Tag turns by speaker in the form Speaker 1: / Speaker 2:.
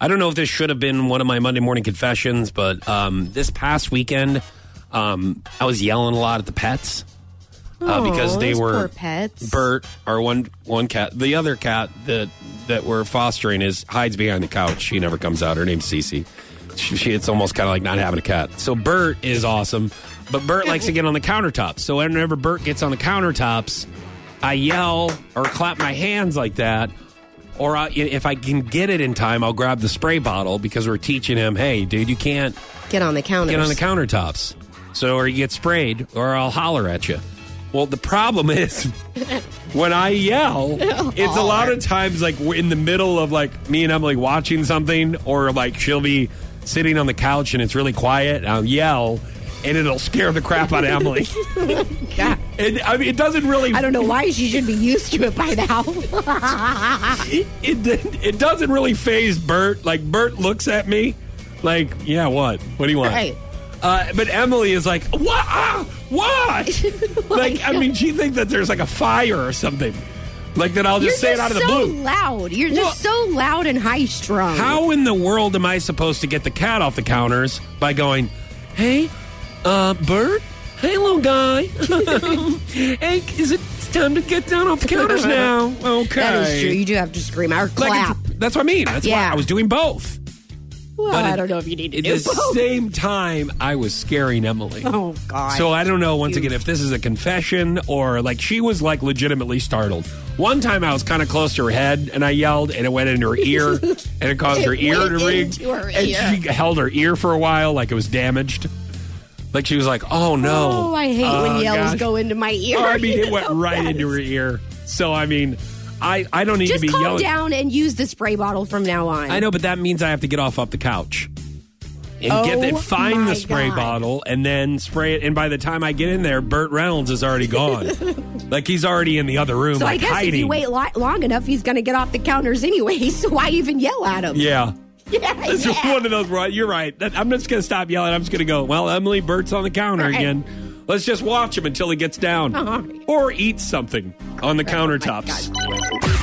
Speaker 1: I don't know if this should have been one of my Monday morning confessions, but um, this past weekend, um, I was yelling a lot at the pets uh, because
Speaker 2: Aw,
Speaker 1: they
Speaker 2: Oh, those
Speaker 1: were
Speaker 2: poor pets.
Speaker 1: Bert, our one one cat, the other cat that that we're fostering is hides behind the couch. She never comes out. Her name's Cece. She, she- it's almost kind of like not having a cat. So Bert is awesome, but Bert likes to get on the countertops. So whenever Bert gets on the countertops, I yell or clap my hands like that. Or I, if I can get it in time, I'll grab the spray bottle because we're teaching him, hey, dude, you can't
Speaker 2: Get on the counter.
Speaker 1: get on the countertops. So, or you get sprayed, or I'll holler at you. Well, the problem is when I yell, it's a lot of times like we're in the middle of like me and I'm like watching something, or like she'll be sitting on the couch and it's really quiet, and I'll yell, and it'll scare the crap out of Emily. and I mean, it doesn't really.
Speaker 3: I don't know why she should be used to it by now.
Speaker 1: it, it, it doesn't really phase Bert. Like Bert looks at me, like, yeah, what? What do you want?
Speaker 2: Right.
Speaker 1: Uh, but Emily is like, what? Ah,
Speaker 2: Oh
Speaker 1: what? like, I mean, she thinks that there's like a fire or something. Like that, I'll
Speaker 2: You're
Speaker 1: just say it out of the
Speaker 2: so
Speaker 1: blue.
Speaker 2: loud. You're just so loud and high strung.
Speaker 1: How in the world am I supposed to get the cat off the counters by going, hey, uh, Bert? Hey, little guy. hey, is it time to get down off the counters now? Okay.
Speaker 2: That is true. You do have to scream or
Speaker 1: Like,
Speaker 2: clap.
Speaker 1: it's- that's what I mean. That's
Speaker 2: Yeah.
Speaker 1: why I was doing both.
Speaker 3: well,
Speaker 1: But
Speaker 3: I
Speaker 1: it-
Speaker 3: don't know if you need to
Speaker 1: At
Speaker 3: do
Speaker 1: the
Speaker 3: both.
Speaker 1: same time, I was scaring Emily.
Speaker 3: Oh, God.
Speaker 1: So I don't know, once again, if this is a confession or like she was like legitimately startled. One time I was kind of close to her head and I yelled and it went into her ear and it caused her ear
Speaker 2: went
Speaker 1: to ring.
Speaker 2: into her
Speaker 1: and
Speaker 2: ear.
Speaker 1: she held her ear for a while like it was damaged. Like she was like, oh no.
Speaker 2: Oh, I hate
Speaker 1: Oh,
Speaker 2: when yells
Speaker 1: gosh.
Speaker 2: go into my ear.
Speaker 1: Oh, I mean, it
Speaker 2: You
Speaker 1: went
Speaker 2: know,
Speaker 1: right
Speaker 2: that
Speaker 1: into
Speaker 2: is-
Speaker 1: her ear. So, I mean, I, I don't need
Speaker 2: Just
Speaker 1: to be
Speaker 2: calm
Speaker 1: yelling.
Speaker 2: down and use the spray bottle from now on.
Speaker 1: I know, but that means I have to get off off the couch and
Speaker 2: Oh
Speaker 1: get the, find
Speaker 2: my
Speaker 1: the spray
Speaker 2: God.
Speaker 1: bottle and then spray it. And by the time I get in there, Burt Reynolds is already gone. like he's already in the other room,
Speaker 2: So
Speaker 1: like
Speaker 2: I guess
Speaker 1: hiding.
Speaker 2: if you wait lo- long enough, he's going to get off the counters anyway. So why even yell at him?
Speaker 1: yeah.
Speaker 2: yeah,
Speaker 1: This is
Speaker 2: yeah.
Speaker 1: one of those. where I- You're right. That- I'm just gonna stop yelling. I'm just gonna go. Well, Emily Burt's on the counter
Speaker 2: Right.
Speaker 1: again. Let's just watch him until he gets down
Speaker 2: All right. Oh
Speaker 1: or eat something on the countertops.
Speaker 2: God.